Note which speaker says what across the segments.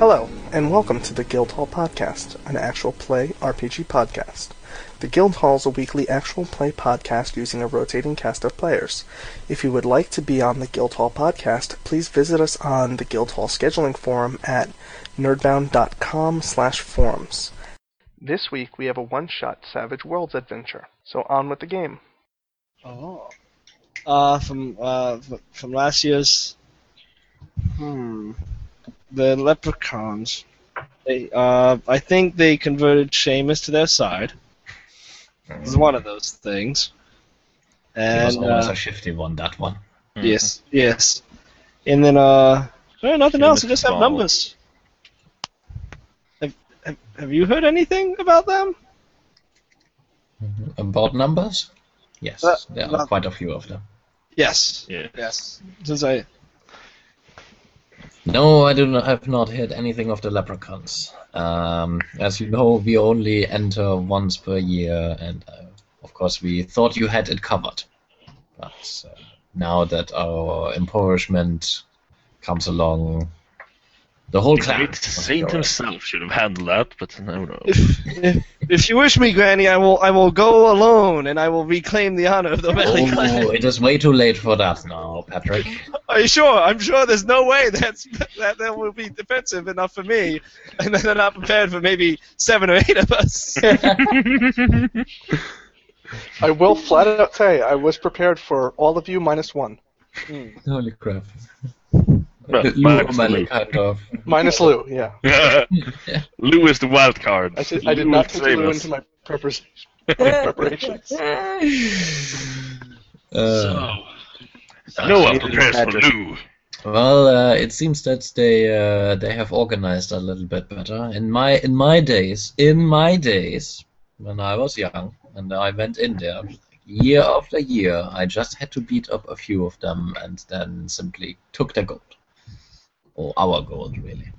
Speaker 1: Hello, and welcome to the Guildhall Podcast, an actual play RPG podcast. The Guildhall is a weekly actual play podcast using a rotating cast of players. If you would like to be on the Guildhall Podcast, please visit us on the Guildhall scheduling forum at nerdbound.com slash forums. This week we have a one-shot Savage Worlds adventure, so on with the game.
Speaker 2: Oh. Uh, from uh, f- from last year's. Hmm. The Leprechauns. They, uh, I think they converted Seamus to their side. It's one of those things.
Speaker 3: It was
Speaker 2: And
Speaker 3: always
Speaker 2: uh,
Speaker 3: a shifty one, that one.
Speaker 2: yes, yes. And then uh, no, nothing else. They just have
Speaker 3: Forward.
Speaker 2: numbers. Have, have, have you heard anything about them?
Speaker 3: About numbers? Yes,
Speaker 2: Uh,
Speaker 3: there are
Speaker 2: not-
Speaker 3: quite a few of them.
Speaker 2: Yes.
Speaker 4: Yeah.
Speaker 2: Yes. Since I
Speaker 3: No, I do not have not heard anything of the leprechauns. Um, as you know, we only enter once per year, and uh, of course, we thought you had it covered. But uh, now that our impoverishment comes along, the whole
Speaker 4: The
Speaker 3: clan.
Speaker 4: great
Speaker 3: must
Speaker 4: saint
Speaker 3: go.
Speaker 4: himself should have handled that, but no, no.
Speaker 2: if, if you wish me, Granny, I will I will go alone and I will reclaim the honor of the Valley Clan.
Speaker 3: Oh, it is way too late for that now, Patrick.
Speaker 2: Are you sure? I'm sure there's no way that's that that will be defensive enough for me, and then they're not prepared for maybe seven or eight of us.
Speaker 1: I will flat out say I was prepared for all of you minus one.
Speaker 3: Holy crap.
Speaker 4: Well,
Speaker 3: you
Speaker 4: Mark's
Speaker 3: man,
Speaker 4: Lou.
Speaker 3: kind of.
Speaker 1: Minus Lou, yeah.
Speaker 4: Lou is the wild card.
Speaker 1: I did, I did
Speaker 4: Lou
Speaker 1: not
Speaker 4: is
Speaker 1: take Lou
Speaker 4: famous.
Speaker 1: into my preparation- preparations.
Speaker 3: Uh,
Speaker 4: So, no one prepares for
Speaker 3: Patrick.
Speaker 4: Lou.
Speaker 3: well, uh, it seems that they uh, they have organized a little bit better. In my in my days, in my days, when I was young and I went in there, year after year, I just had to beat up a few of them and then simply took their gold, or our gold really.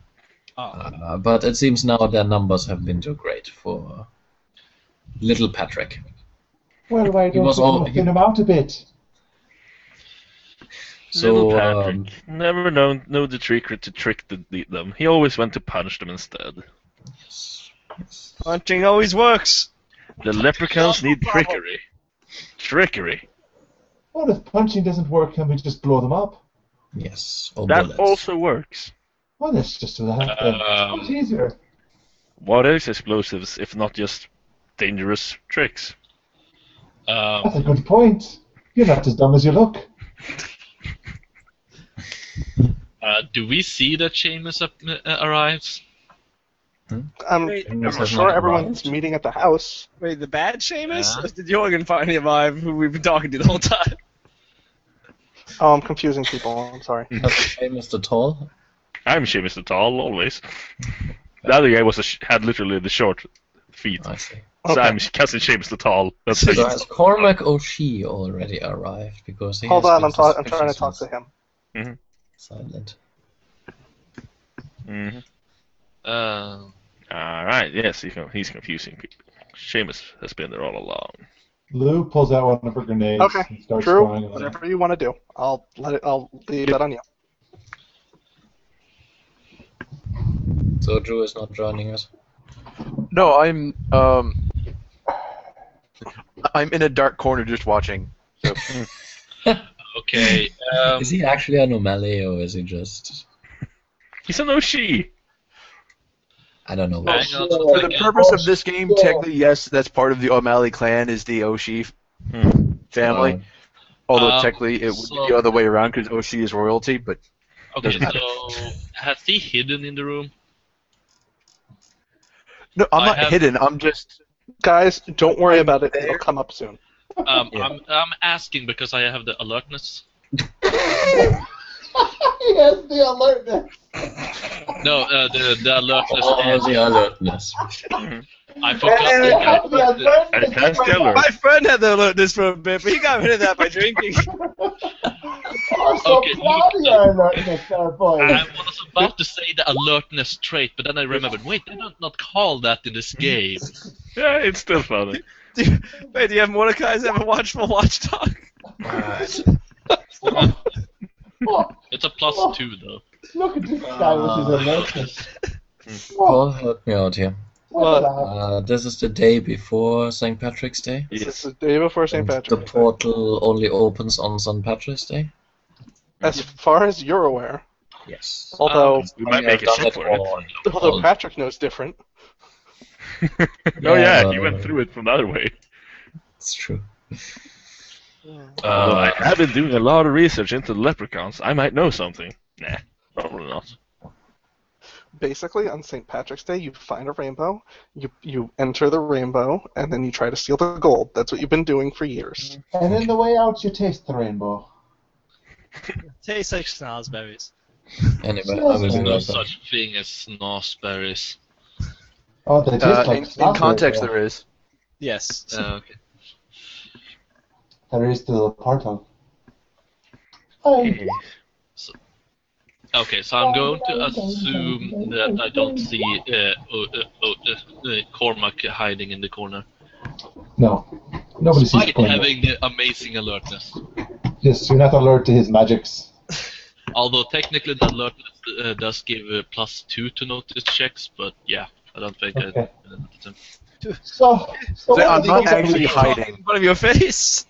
Speaker 3: Uh, but it seems now their numbers have been too great for little Patrick.
Speaker 5: Well, why
Speaker 3: He
Speaker 5: don't
Speaker 3: was
Speaker 5: you
Speaker 3: all-
Speaker 5: knock them out a bit?
Speaker 3: So
Speaker 4: Little Patrick
Speaker 3: um,
Speaker 4: never known know the trick to trick the, the, them. He always went to punch them instead.
Speaker 2: Hunting always works.
Speaker 4: The leprechauns need trickery. Trickery.
Speaker 5: Well, if punching doesn't work, then we just blow them up.
Speaker 3: yes, or
Speaker 4: That
Speaker 3: bullets.
Speaker 4: also works.
Speaker 5: Well, that's just a lot.
Speaker 4: Um,
Speaker 5: it's easier.
Speaker 4: What else explosives if not just dangerous tricks?
Speaker 6: um,
Speaker 5: That's a good point. You're not as dumb as you look.
Speaker 6: Uh, do we see that Seamus up, uh, arrives?
Speaker 1: I'm,
Speaker 2: Wait.
Speaker 1: I'm
Speaker 3: Has
Speaker 1: sure
Speaker 3: not
Speaker 1: everyone's
Speaker 3: arrived.
Speaker 1: meeting at the house.
Speaker 2: Wait, the bad Seamus?
Speaker 6: Yeah.
Speaker 2: Or did Jorgen finally arrive, who we've been talking to the whole time?
Speaker 1: Oh, I'm confusing people. I'm sorry.
Speaker 3: That's the same as the tall.
Speaker 4: I'm Seamus the Tall, always. The other guy was a sh- had literally the short feet.
Speaker 3: I see.
Speaker 4: So
Speaker 1: Okay.
Speaker 4: I'm Cousin Seamus the Tall. That's
Speaker 3: So
Speaker 4: it.
Speaker 3: has Cormac O'Shea already arrived? Because he
Speaker 1: Hold
Speaker 3: has
Speaker 1: on,
Speaker 3: been
Speaker 1: I'm, ta- I'm trying to talk to
Speaker 3: suspicious
Speaker 1: him.
Speaker 3: and Silent.
Speaker 4: Mhm.
Speaker 6: Uh,
Speaker 3: Um,
Speaker 4: All right. Yes, he's, con- he's confusing people. Seamus has been there all along.
Speaker 5: Lou pulls out one of her grenades
Speaker 1: Okay,
Speaker 5: and starts
Speaker 1: Drew,
Speaker 5: throwing them.
Speaker 1: whatever you want to do, I'll let it. I'll leave that on you.
Speaker 3: So Drew is not joining us.
Speaker 7: No, I'm um I'm in a dark corner just watching.
Speaker 6: okay. Um,
Speaker 3: is he actually an O'Malley or is he just?
Speaker 4: He's an Oshi.
Speaker 8: I don't know.
Speaker 9: For uh, the purpose of this game, technically, yes, that's part of the O'Malley clan is the O'Sheaf family.
Speaker 8: Um,
Speaker 9: Although
Speaker 3: um,
Speaker 9: technically it would
Speaker 3: so-
Speaker 9: be the other way around because Oshi is royalty, but
Speaker 3: Okay,
Speaker 9: doesn't matter.
Speaker 3: so has he hidden in the room?
Speaker 9: No, I'm
Speaker 3: I
Speaker 9: not
Speaker 3: have-
Speaker 9: hidden. I'm just
Speaker 1: Guys, don't worry about it. It'll come up soon.
Speaker 3: Um, I'm, I'm asking because I have the alertness.
Speaker 5: he has the alertness.
Speaker 3: No, uh, the, the alertness.
Speaker 8: Oh, the alertness.
Speaker 3: I forgot.
Speaker 5: And it has
Speaker 3: that
Speaker 5: the alertness.
Speaker 4: It has the alert.
Speaker 2: My friend had the alertness for a bit, but he got rid of that by drinking.
Speaker 5: Also,
Speaker 3: Okay, you-
Speaker 5: Claudia alertness, our boy.
Speaker 3: I was about to say the alertness trait, but then I remembered. Wait, they don't not call that in this game.
Speaker 4: Yeah, it's still funny.
Speaker 2: Wait, do you have Mordecai's ever watchful watchdog?
Speaker 3: It's a plus two though.
Speaker 5: Look at this
Speaker 3: Uh,
Speaker 5: guy with his alertness.
Speaker 8: Paul, help me out here.
Speaker 5: What?
Speaker 8: Uh, this is the day before St. Patrick's Day.
Speaker 1: This is the day before St.
Speaker 8: And
Speaker 1: Patrick's
Speaker 8: the
Speaker 1: Day.
Speaker 8: portal only opens on St. Patrick's Day.
Speaker 1: As far as you're
Speaker 9: Um,
Speaker 1: aware,
Speaker 8: Yes.
Speaker 9: Oh,
Speaker 1: although
Speaker 4: We might make a check for
Speaker 3: Oh,
Speaker 4: it.
Speaker 8: Oh,
Speaker 1: although Patrick knows different,
Speaker 4: Oh yeah,
Speaker 8: Yeah.
Speaker 4: he went through it from the other way.
Speaker 8: It's true.
Speaker 4: Although
Speaker 8: Uh,
Speaker 4: I have been doing a lot of research into leprechauns. I might know something. Nah, probably not.
Speaker 1: basically on St. Patrick's Day, you find a rainbow, you you enter the rainbow, and then you try to steal the gold. That's what you've been doing for years.
Speaker 5: And in the way out, you taste the rainbow.
Speaker 2: Tastes like snozberries.
Speaker 8: anyway, I will do
Speaker 3: No
Speaker 8: that.
Speaker 3: such thing as snozzberries.
Speaker 5: Oh, they taste
Speaker 9: uh,
Speaker 5: like
Speaker 9: in, in
Speaker 5: snozberries,
Speaker 9: context
Speaker 5: yeah.
Speaker 9: there is.
Speaker 2: Yes.
Speaker 3: Uh, okay.
Speaker 5: There is the portal. Oh,
Speaker 3: Okay, so I'm going to assume that I don't see uh, oh, uh, oh, uh, uh, Cormac hiding in the corner.
Speaker 5: no. Nobody sees
Speaker 3: Despite
Speaker 5: Cornus.
Speaker 3: having the amazing alertness.
Speaker 5: Yes, you're not alert to his magics.
Speaker 3: Although technically the alertness uh, does give a plus two to notice checks, but yeah, I don't think
Speaker 5: Okay.
Speaker 3: I. Uh,
Speaker 5: So, so,
Speaker 9: They are
Speaker 5: what
Speaker 9: not
Speaker 5: is it-
Speaker 9: actually hiding.
Speaker 2: In front of your face.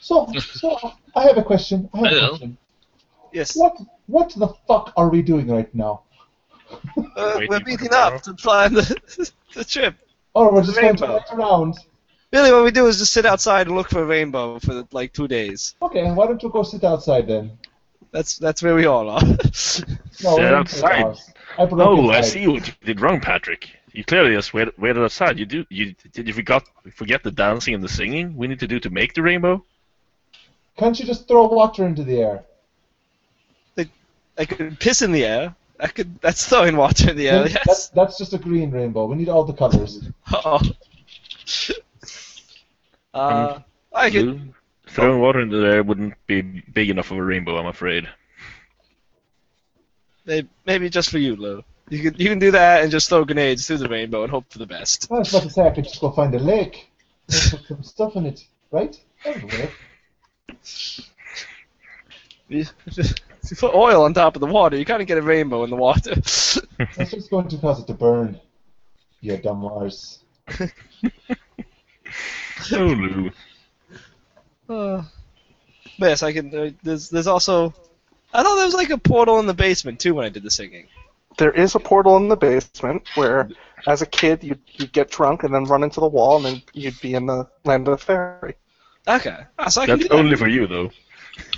Speaker 5: so, so, I have a question. I have a
Speaker 3: Hello.
Speaker 5: question.
Speaker 2: Yes.
Speaker 5: What, what the fuck are we doing right now?
Speaker 2: Uh,
Speaker 4: Waiting
Speaker 2: we're
Speaker 4: for
Speaker 2: meeting
Speaker 4: tomorrow.
Speaker 2: up to plan the, the trip.
Speaker 5: Or Oh, we're just going to
Speaker 2: Rainbow.
Speaker 5: walk around.
Speaker 2: Really, what we do is just sit outside and look for a rainbow for like two days.
Speaker 5: Okay, why don't you go sit outside then?
Speaker 2: That's that's where we all are.
Speaker 5: No,
Speaker 4: Sit
Speaker 5: we're not
Speaker 4: outside.
Speaker 5: house. I broke
Speaker 4: Oh, I
Speaker 5: inside.
Speaker 4: see what you did wrong, Patrick. You clearly just wait, waited outside. You do. You did you forgot forget the dancing and the singing we need to do to make the rainbow?
Speaker 5: Can't you just throw water into the air?
Speaker 2: I could piss in the air. I could. That's throwing water in the air.
Speaker 5: Then
Speaker 2: Yes.
Speaker 5: that's, that's just a green rainbow. We need all the colors.
Speaker 2: Oh. Uh, I could.
Speaker 4: Blue. Throwing water into there wouldn't be big enough of a rainbow, I'm afraid.
Speaker 2: Maybe, maybe just for you, Lou. You can you can do that and just throw grenades through the rainbow and hope for the best.
Speaker 5: I was about to say I could just go find a lake and put some stuff in it, right? That would work.
Speaker 2: You, if you put oil on top of the water, you kind of get a rainbow in the water.
Speaker 5: That's just going to cause it to burn. You dumb arse.
Speaker 4: Oh, Lou.
Speaker 2: uh, but yes, I can. Uh, there's there's also. I thought there was like a portal in the basement too when I did the singing.
Speaker 1: There is a portal in the basement where, as a kid, you you'd get drunk and then run into the wall, and then you'd be in the land of the fairy.
Speaker 2: Okay, Ah, so I can
Speaker 4: That's
Speaker 2: do that.
Speaker 4: only for you, though.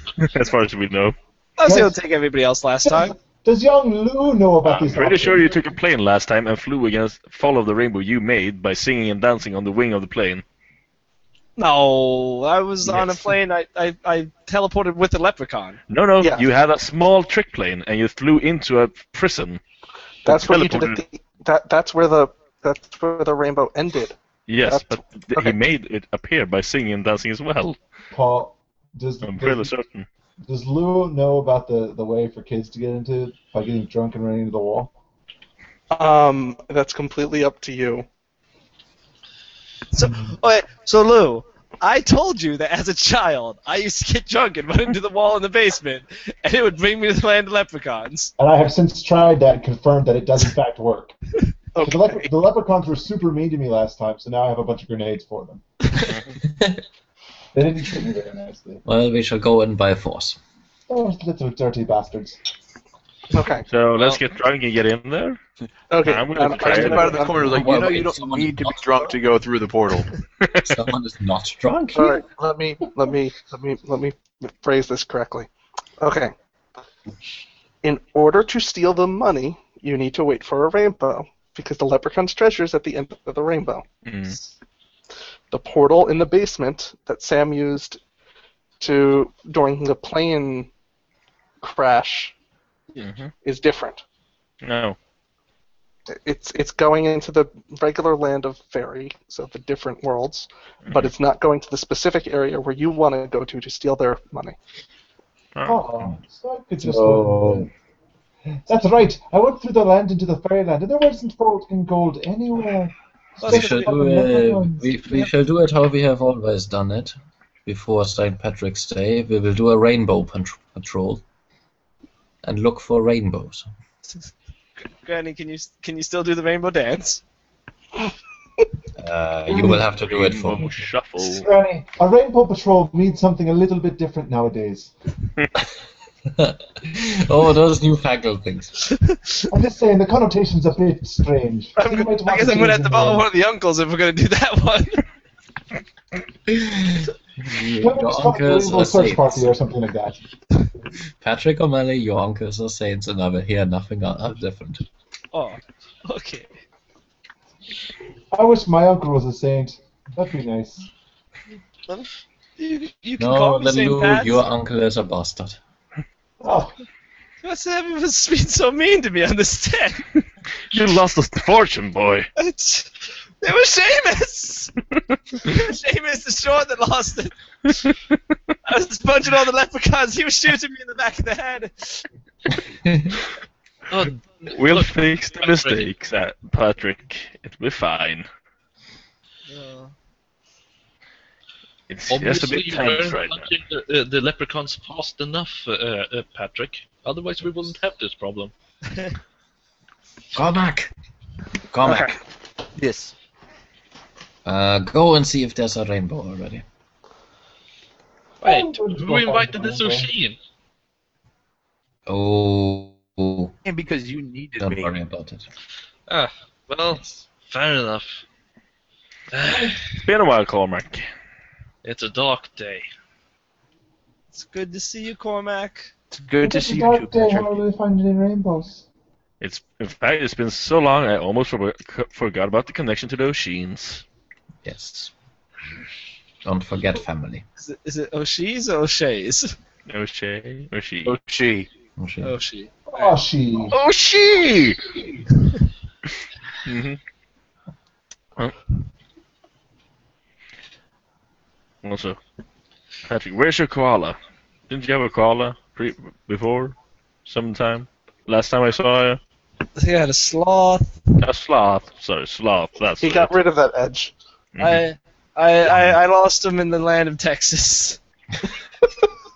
Speaker 4: as far as we know.
Speaker 2: I was able to take everybody else last time.
Speaker 5: Does young Lou know about
Speaker 4: I'm
Speaker 5: these?
Speaker 4: pretty
Speaker 5: options?
Speaker 4: sure you took a plane last time and flew against follow the rainbow you made by singing and dancing on the wing of the plane.
Speaker 2: No, I was on a
Speaker 4: Yes.
Speaker 2: plane. I, I, I teleported with the leprechaun.
Speaker 4: No, no,
Speaker 1: Yeah.
Speaker 4: you had a small trick plane and you flew into a prison.
Speaker 1: That's what you did.
Speaker 4: teleported.
Speaker 1: At the, that that's where the that's where the rainbow ended.
Speaker 4: Yes,
Speaker 1: That's-
Speaker 4: but th-
Speaker 1: okay.
Speaker 4: he made it appear by singing and dancing as well.
Speaker 5: Paul, does,
Speaker 4: I'm fairly
Speaker 5: does,
Speaker 4: certain.
Speaker 5: does Lou know about the, the way for kids to get into by getting drunk and running into the wall?
Speaker 1: Um, that's completely up to you.
Speaker 2: So, okay, so Lou, I told you that as a child, I used to get drunk and run into the wall in the basement, and it would bring me to the land of leprechauns.
Speaker 5: And I have since tried that and confirmed that it does in fact work.
Speaker 1: Okay.
Speaker 5: The, lepre- the leprechauns were super mean to me last time, so now I have a bunch of grenades for them. they didn't treat me very nicely. Oh,
Speaker 8: Well, we shall go in by force.
Speaker 5: Those little dirty bastards.
Speaker 1: Okay.
Speaker 4: So let's get drunk and get in there.
Speaker 1: Okay. Um,
Speaker 4: I'm gonna
Speaker 10: I'm
Speaker 4: try
Speaker 10: just
Speaker 4: it.
Speaker 10: out of the corner, like you
Speaker 3: Well,
Speaker 10: know, you
Speaker 3: wait,
Speaker 10: don't
Speaker 3: someone
Speaker 10: need to be drunk to go through the portal.
Speaker 3: Someone is not drunk.
Speaker 1: All right. Let me let me let me let me phrase this correctly. Okay. In order to steal the money, you need to wait for a rainbow because the leprechaun's treasure is at the end of the rainbow.
Speaker 4: Hmm.
Speaker 1: The portal in the basement that Sam used to during the plane crash
Speaker 11: Mm-hmm.
Speaker 1: is different.
Speaker 4: No.
Speaker 1: It's it's going into the regular land of fairy, so the different worlds, but
Speaker 11: Mm-hmm.
Speaker 1: it's not going to the specific area where you want to go to to steal their money.
Speaker 5: Oh, so I could just-
Speaker 3: Oh,
Speaker 5: That's right. I went through the land into the fairyland, and there wasn't gold in gold anywhere.
Speaker 3: We shall do uh, we, we shall do it how we have always done it before St. Patrick's Day. We will do a rainbow pat- patrol and look for rainbows.
Speaker 2: Granny, can you can you still do the rainbow dance?
Speaker 3: Uh, you will have to do it for me.
Speaker 4: Shuffle.
Speaker 5: Granny, a rainbow patrol needs something a little bit different nowadays.
Speaker 3: Oh, those newfangled things.
Speaker 5: I'm just saying the connotation's a bit strange.
Speaker 2: I'm
Speaker 5: You might
Speaker 2: I
Speaker 5: want
Speaker 2: guess
Speaker 5: to
Speaker 2: I'm gonna
Speaker 5: change
Speaker 2: have to
Speaker 5: them
Speaker 2: follow
Speaker 5: around.
Speaker 2: one of the uncles if we're gonna do that one.
Speaker 5: Can we
Speaker 3: Your
Speaker 5: just call it the
Speaker 3: uncles
Speaker 5: rainbow
Speaker 3: are
Speaker 5: search
Speaker 3: saints.
Speaker 5: party or something like that?
Speaker 3: Patrick O'Malley, your uncles are saints, and I will hear nothing o- uh, different.
Speaker 2: Oh, okay.
Speaker 5: I wish my uncle was a saint. That'd be nice.
Speaker 2: You, you can
Speaker 3: No,
Speaker 2: call me
Speaker 3: little
Speaker 2: St.
Speaker 3: Lou,
Speaker 2: Pat.
Speaker 3: your uncle is a bastard.
Speaker 5: Oh,
Speaker 2: What's happening was being so mean to me on this day?
Speaker 4: You lost a fortune, boy.
Speaker 2: It's, it was Seamus! it was Seamus the short that lost it. I was punching all the leprechauns. He was shooting me in the back of the head.
Speaker 11: Oh,
Speaker 4: We'll fix the mistakes, uh, Patrick. It'll be fine. It's just a
Speaker 11: obviously,
Speaker 4: bit
Speaker 11: you
Speaker 4: tense
Speaker 11: weren't
Speaker 4: right now.
Speaker 11: punching the, uh, the leprechauns fast enough, uh, uh, Patrick. Otherwise, we wouldn't have this problem.
Speaker 3: Cormac! Cormac!
Speaker 10: Yes.
Speaker 3: Uh, go and see if there's a rainbow already.
Speaker 11: Wait, who invited the sushi in?
Speaker 3: Oh, don't
Speaker 10: And because you needed me.
Speaker 3: worry about it.
Speaker 11: Ah, well, fair enough.
Speaker 4: It's been a while, Cormac.
Speaker 11: It's a dark day.
Speaker 2: It's good to see you, Cormac.
Speaker 10: It's good
Speaker 5: It's a dark day. How will we find any rainbows?
Speaker 4: It's in fact it's been so long I almost forbo- c- forgot about the connection to the O'Sheens.
Speaker 3: Yes. Don't forget family.
Speaker 2: Is it, is it O'Shea's or O'Shea's?
Speaker 4: O'Shea, O'Shee,
Speaker 10: She.
Speaker 2: O'Shea.
Speaker 5: Oh, she.
Speaker 4: O'Shee. mm-hmm. Also, Patrick, where's your koala? Didn't you have a koala pre- before, sometime? Last time I saw you,
Speaker 2: He had a sloth.
Speaker 4: a sloth. Sorry, sloth. That's
Speaker 1: He
Speaker 4: it.
Speaker 1: got rid of that edge.
Speaker 2: I, I, I, I lost him in the land of Texas.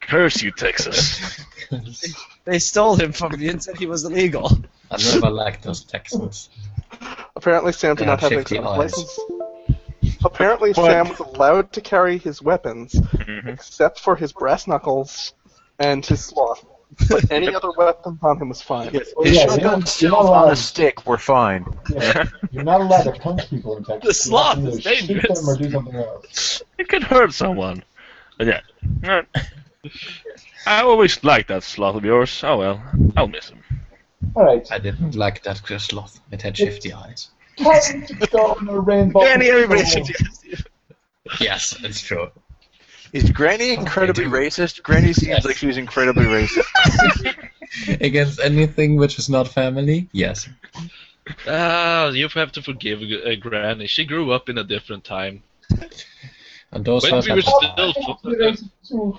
Speaker 4: Curse you, Texas.
Speaker 2: They stole him from me and said he was illegal.
Speaker 3: I never liked those Texans.
Speaker 1: Apparently, Sam did
Speaker 3: Yeah,
Speaker 1: not have an
Speaker 3: shifty
Speaker 1: exempt
Speaker 3: eyes.
Speaker 1: license. Apparently, Sam was allowed to carry his weapons except for his brass knuckles and his sloth. But any other weapons on him was fine.
Speaker 10: Yes.
Speaker 5: Oh,
Speaker 10: His
Speaker 5: yeah, you're
Speaker 10: shotgun
Speaker 5: not- you're
Speaker 10: shells
Speaker 5: not
Speaker 10: on a
Speaker 5: allowed.
Speaker 10: stick were fine.
Speaker 5: yeah, You're not allowed to punch people in Texas.
Speaker 2: The
Speaker 5: You have to
Speaker 2: sloth is
Speaker 5: either shoot
Speaker 2: dangerous.
Speaker 5: them or do something else.
Speaker 4: It could hurt someone. But yeah. Alright. I always liked that sloth of yours. Oh well, I'll miss him.
Speaker 5: All right.
Speaker 3: I didn't like that sloth. It had shifty eyes.
Speaker 5: Time to go on a rainbow.
Speaker 2: Danny, everybody
Speaker 5: patrol.
Speaker 2: should do this.
Speaker 3: Yes, it's true.
Speaker 10: Is Granny incredibly racist? Granny seems like she's incredibly racist.
Speaker 3: Against anything which is not family? Yes.
Speaker 11: Ah, you have to forgive uh, Granny. She grew up in a different time.
Speaker 3: And those
Speaker 11: When
Speaker 3: are
Speaker 11: we were still.
Speaker 5: Too.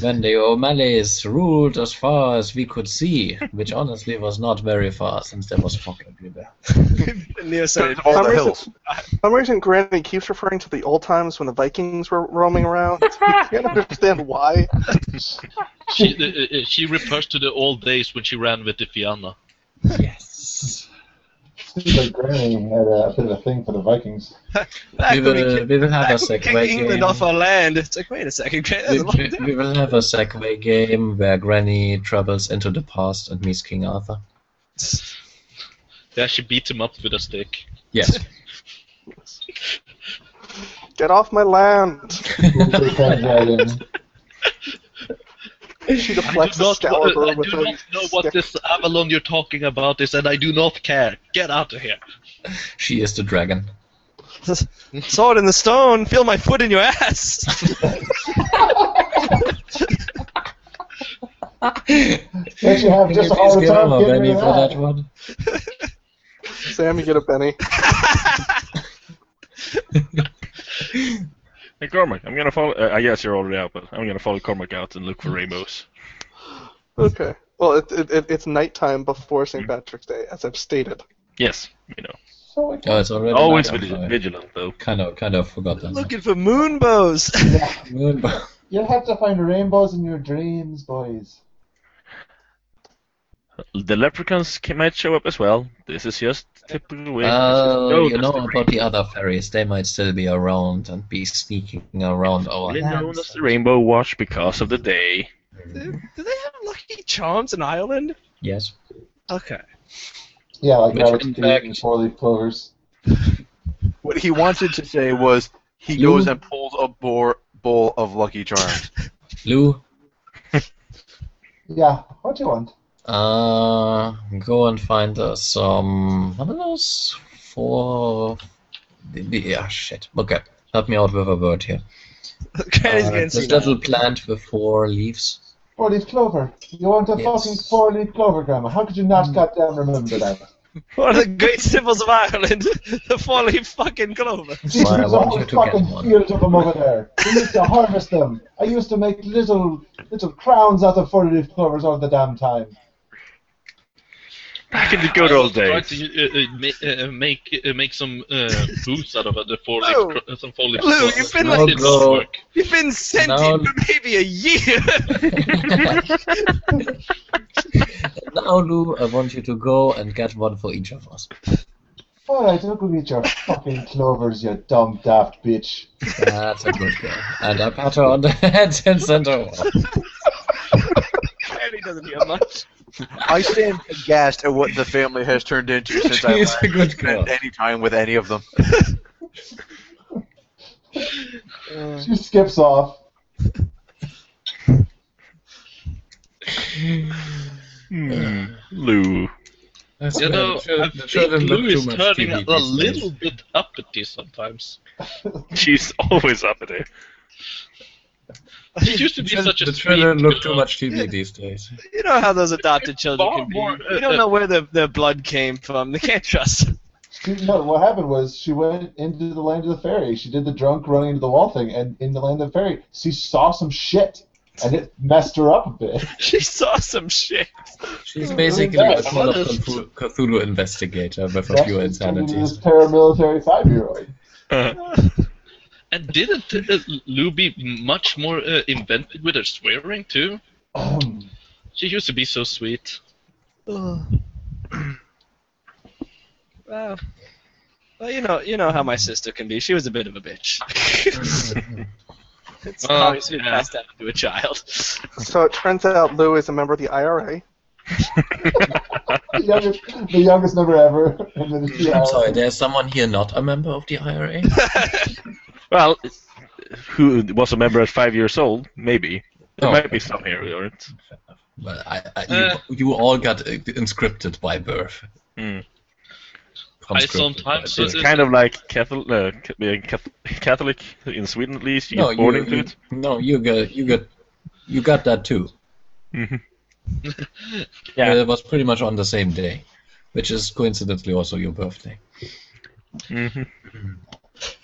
Speaker 3: when the O'Malleys ruled as far as we could see, which honestly was not very far since there was fog everywhere.
Speaker 2: Neo said,
Speaker 10: All
Speaker 1: Some
Speaker 10: the
Speaker 1: reason-
Speaker 10: hills.
Speaker 1: For some reason, Granny keeps referring to the old times when the Vikings were roaming around. I can't understand why.
Speaker 11: She, uh, uh, she refers to the old days when she ran with the Fianna.
Speaker 3: Yes.
Speaker 5: seems like Granny had a bit of a thing for the Vikings.
Speaker 3: we will, we will have a
Speaker 2: Kick
Speaker 3: Segway
Speaker 2: England
Speaker 3: game.
Speaker 2: off our land. It's like, wait a second, Grant, that's
Speaker 3: We,
Speaker 2: a lot.
Speaker 3: we- we will have a Segway game where Granny travels into the past and meets King Arthur.
Speaker 6: Yeah, she beats him up with a stick.
Speaker 3: Yes.
Speaker 1: Get off my land! she deflects
Speaker 6: do not,
Speaker 1: Excalibur
Speaker 6: I do
Speaker 1: with
Speaker 6: not
Speaker 1: a
Speaker 6: know what this Avalon you're talking about is, and I do not care. Get out of here.
Speaker 3: She is the dragon.
Speaker 2: Sword in the stone. Feel my foot in your ass.
Speaker 5: Yes, you have
Speaker 3: Can
Speaker 5: just
Speaker 3: you
Speaker 5: all
Speaker 3: please
Speaker 5: the
Speaker 3: give
Speaker 5: time.
Speaker 3: him a
Speaker 5: Give me
Speaker 3: penny for
Speaker 5: that.
Speaker 3: that one?
Speaker 1: Sam, you get a penny.
Speaker 4: Hey Cormac, I'm gonna follow. Uh, I guess you're already out, but I'm gonna follow Cormac out and look
Speaker 11: Mm-hmm.
Speaker 4: for Ramos.
Speaker 1: Okay. Well, it, it, it, it's nighttime before St. Patrick's Day, as I've stated.
Speaker 4: Yes, you know.
Speaker 3: Oh, it's already
Speaker 4: Always
Speaker 3: night, I'm
Speaker 4: vigilant,
Speaker 3: sorry.
Speaker 4: vigilant though.
Speaker 3: Kind of, kind of forgot that.
Speaker 2: Looking for moonbows.
Speaker 3: Moonbow.
Speaker 5: You'll have to find rainbows in your dreams, boys.
Speaker 4: The leprechauns ca- might show up as well. This is just typical way.
Speaker 3: Oh,
Speaker 4: No,
Speaker 3: you
Speaker 4: that's
Speaker 3: know
Speaker 4: the
Speaker 3: about the other fairies. They might still be around and be sneaking around our
Speaker 4: Only known
Speaker 3: lands.
Speaker 4: as the Rainbow Watch because of the day.
Speaker 2: Lucky charms in Ireland.
Speaker 3: Yes.
Speaker 2: Okay.
Speaker 5: Yeah, like
Speaker 3: Which,
Speaker 5: rabbit's
Speaker 3: in
Speaker 5: feet and four-leaf clovers.
Speaker 7: What he wanted to say was he
Speaker 3: You-
Speaker 7: goes and pulls a boar, bowl of Lucky Charms.
Speaker 3: Lou,
Speaker 5: Yeah, what do you want?
Speaker 3: uh, go and find us some. What are those? Four. the- the- Ah, shit. Okay. Help me out with a word here.
Speaker 2: Granny's
Speaker 3: Uh,
Speaker 2: getting
Speaker 3: this
Speaker 2: seen.
Speaker 3: little plant with four leaves.
Speaker 5: Four-leaf clover. You want a
Speaker 3: Yes. Mm.
Speaker 5: fucking four-leaf clover, Grandma? How could you not goddamn remember that?
Speaker 2: One of the great symbols of Ireland, the four-leaf fucking clover.
Speaker 5: Jesus,
Speaker 3: Why, I
Speaker 5: there's a
Speaker 3: want
Speaker 5: whole
Speaker 3: you to get
Speaker 5: fucking
Speaker 3: one.
Speaker 5: field of them over there. We used to harvest them. I used to make little little crowns out of four-leaf clovers all the damn time.
Speaker 4: Back in the good old
Speaker 6: Try
Speaker 4: days.
Speaker 6: to uh, uh, make, uh, make uh, make some uh, booze out of it, the four leaf,
Speaker 2: Lou.
Speaker 6: cro- some four leaf.
Speaker 2: Lou, you've been
Speaker 3: like-
Speaker 6: didn't work.
Speaker 2: You've been sentient
Speaker 3: No.
Speaker 2: for maybe a year.
Speaker 3: Now, Lou, I want you to go and get one for each of us.
Speaker 5: All right, I'll go get your fucking clovers, you dumb daft bitch.
Speaker 3: That's a good girl. And I pat her on the head and send her off.
Speaker 2: Granny doesn't hear much.
Speaker 7: I stand aghast at what the family has turned into since I
Speaker 3: She's
Speaker 7: last
Speaker 3: a good
Speaker 7: spent
Speaker 3: girl.
Speaker 7: any time with any of them.
Speaker 5: She skips off.
Speaker 4: Hmm, Lou.
Speaker 6: You know, I think Lou is turning a little bit uppity sometimes.
Speaker 4: She's always up at it.
Speaker 6: He used to be such a
Speaker 3: The
Speaker 6: sweet
Speaker 3: children look too
Speaker 6: girl.
Speaker 3: much TV these days.
Speaker 2: You know how those adopted children
Speaker 6: Far
Speaker 2: can be.
Speaker 6: more, uh,
Speaker 2: You don't
Speaker 6: uh,
Speaker 2: know where their, their blood came from. They can't trust. them.
Speaker 5: She, no, what happened was she went into the land of the fairy. She did the drunk running into the wall thing, and in the land of the fairy, she saw some shit, and it messed her up a bit.
Speaker 2: She saw some shit.
Speaker 3: She's basically a sort of Cthulhu Cthulhu investigator with a
Speaker 5: That's
Speaker 3: few
Speaker 5: what turned into
Speaker 3: insanities.
Speaker 5: This paramilitary five-year-old.
Speaker 6: And didn't uh, Lou be much more uh, inventive with her swearing too?
Speaker 3: Oh.
Speaker 6: She used to be so sweet.
Speaker 2: Oh. Wow. Well, you know, you know how my sister can be. She was a bit of a bitch. it's
Speaker 6: Oh,
Speaker 2: obviously
Speaker 6: yeah.
Speaker 2: passed down to a child.
Speaker 1: So it turns out Lou is a member of the IRA.
Speaker 5: the, youngest, the youngest number ever. And then it's
Speaker 3: I'm sorry, there's someone here not a member of the IRA?
Speaker 4: Well, who was a member at five years old? Maybe. There
Speaker 3: Oh.
Speaker 4: might be some here who aren't.
Speaker 3: Well, I, I, you,
Speaker 6: Uh.
Speaker 3: you all got uh, inscripted by birth.
Speaker 4: Hmm.
Speaker 6: I
Speaker 3: Conscripted by
Speaker 6: sometimes
Speaker 3: birth.
Speaker 4: It's kind of like Catholic, uh, ca- being Cath- Catholic in Sweden, at least. You
Speaker 3: no,
Speaker 4: get born
Speaker 3: you,
Speaker 4: into
Speaker 3: you-
Speaker 4: it.
Speaker 3: no, you got you got you got that too.
Speaker 4: Mm-hmm. Yeah.
Speaker 3: It was pretty much on the same day, which is coincidentally also your birthday.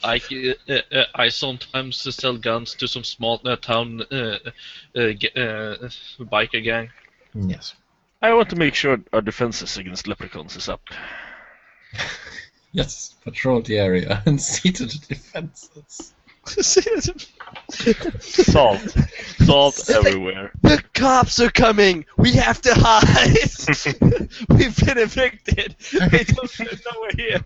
Speaker 6: I uh, uh, I sometimes sell guns to some small uh, town uh, uh, g- uh, biker gang.
Speaker 3: Yes.
Speaker 4: I want to make sure our defenses against leprechauns is up.
Speaker 3: Yes, patrol the area and see to the defenses.
Speaker 12: Salt. Salt everywhere.
Speaker 2: The cops are coming. We have to hide. We've been evicted. They don't know we're here.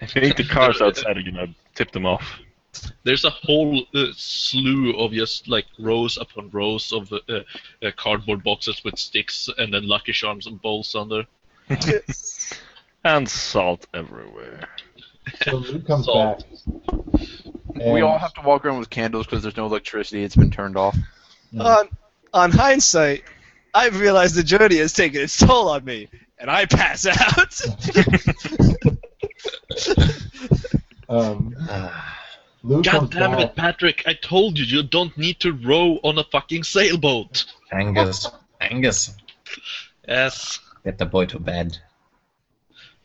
Speaker 12: I think the car's outside again. I tipped them off.
Speaker 4: There's a whole uh, slew of just like rows upon rows of uh, uh, cardboard boxes with sticks and then lucky charms and bowls under.
Speaker 12: and salt everywhere.
Speaker 1: So Lou comes
Speaker 4: Salt.
Speaker 1: back.
Speaker 13: We
Speaker 1: and-
Speaker 13: all have to walk around with candles because there's no electricity. It's been turned off.
Speaker 14: On,
Speaker 2: Um, on hindsight, I realize the journey has taken its toll on me, and I pass out.
Speaker 1: Um,
Speaker 3: Ah,
Speaker 5: uh,
Speaker 1: Lou
Speaker 4: God
Speaker 1: comes
Speaker 4: damn
Speaker 1: back.
Speaker 4: it, Patrick! I told you you don't need to row on a fucking sailboat.
Speaker 3: Angus, Angus,
Speaker 4: Yes,
Speaker 3: get the boy to bed.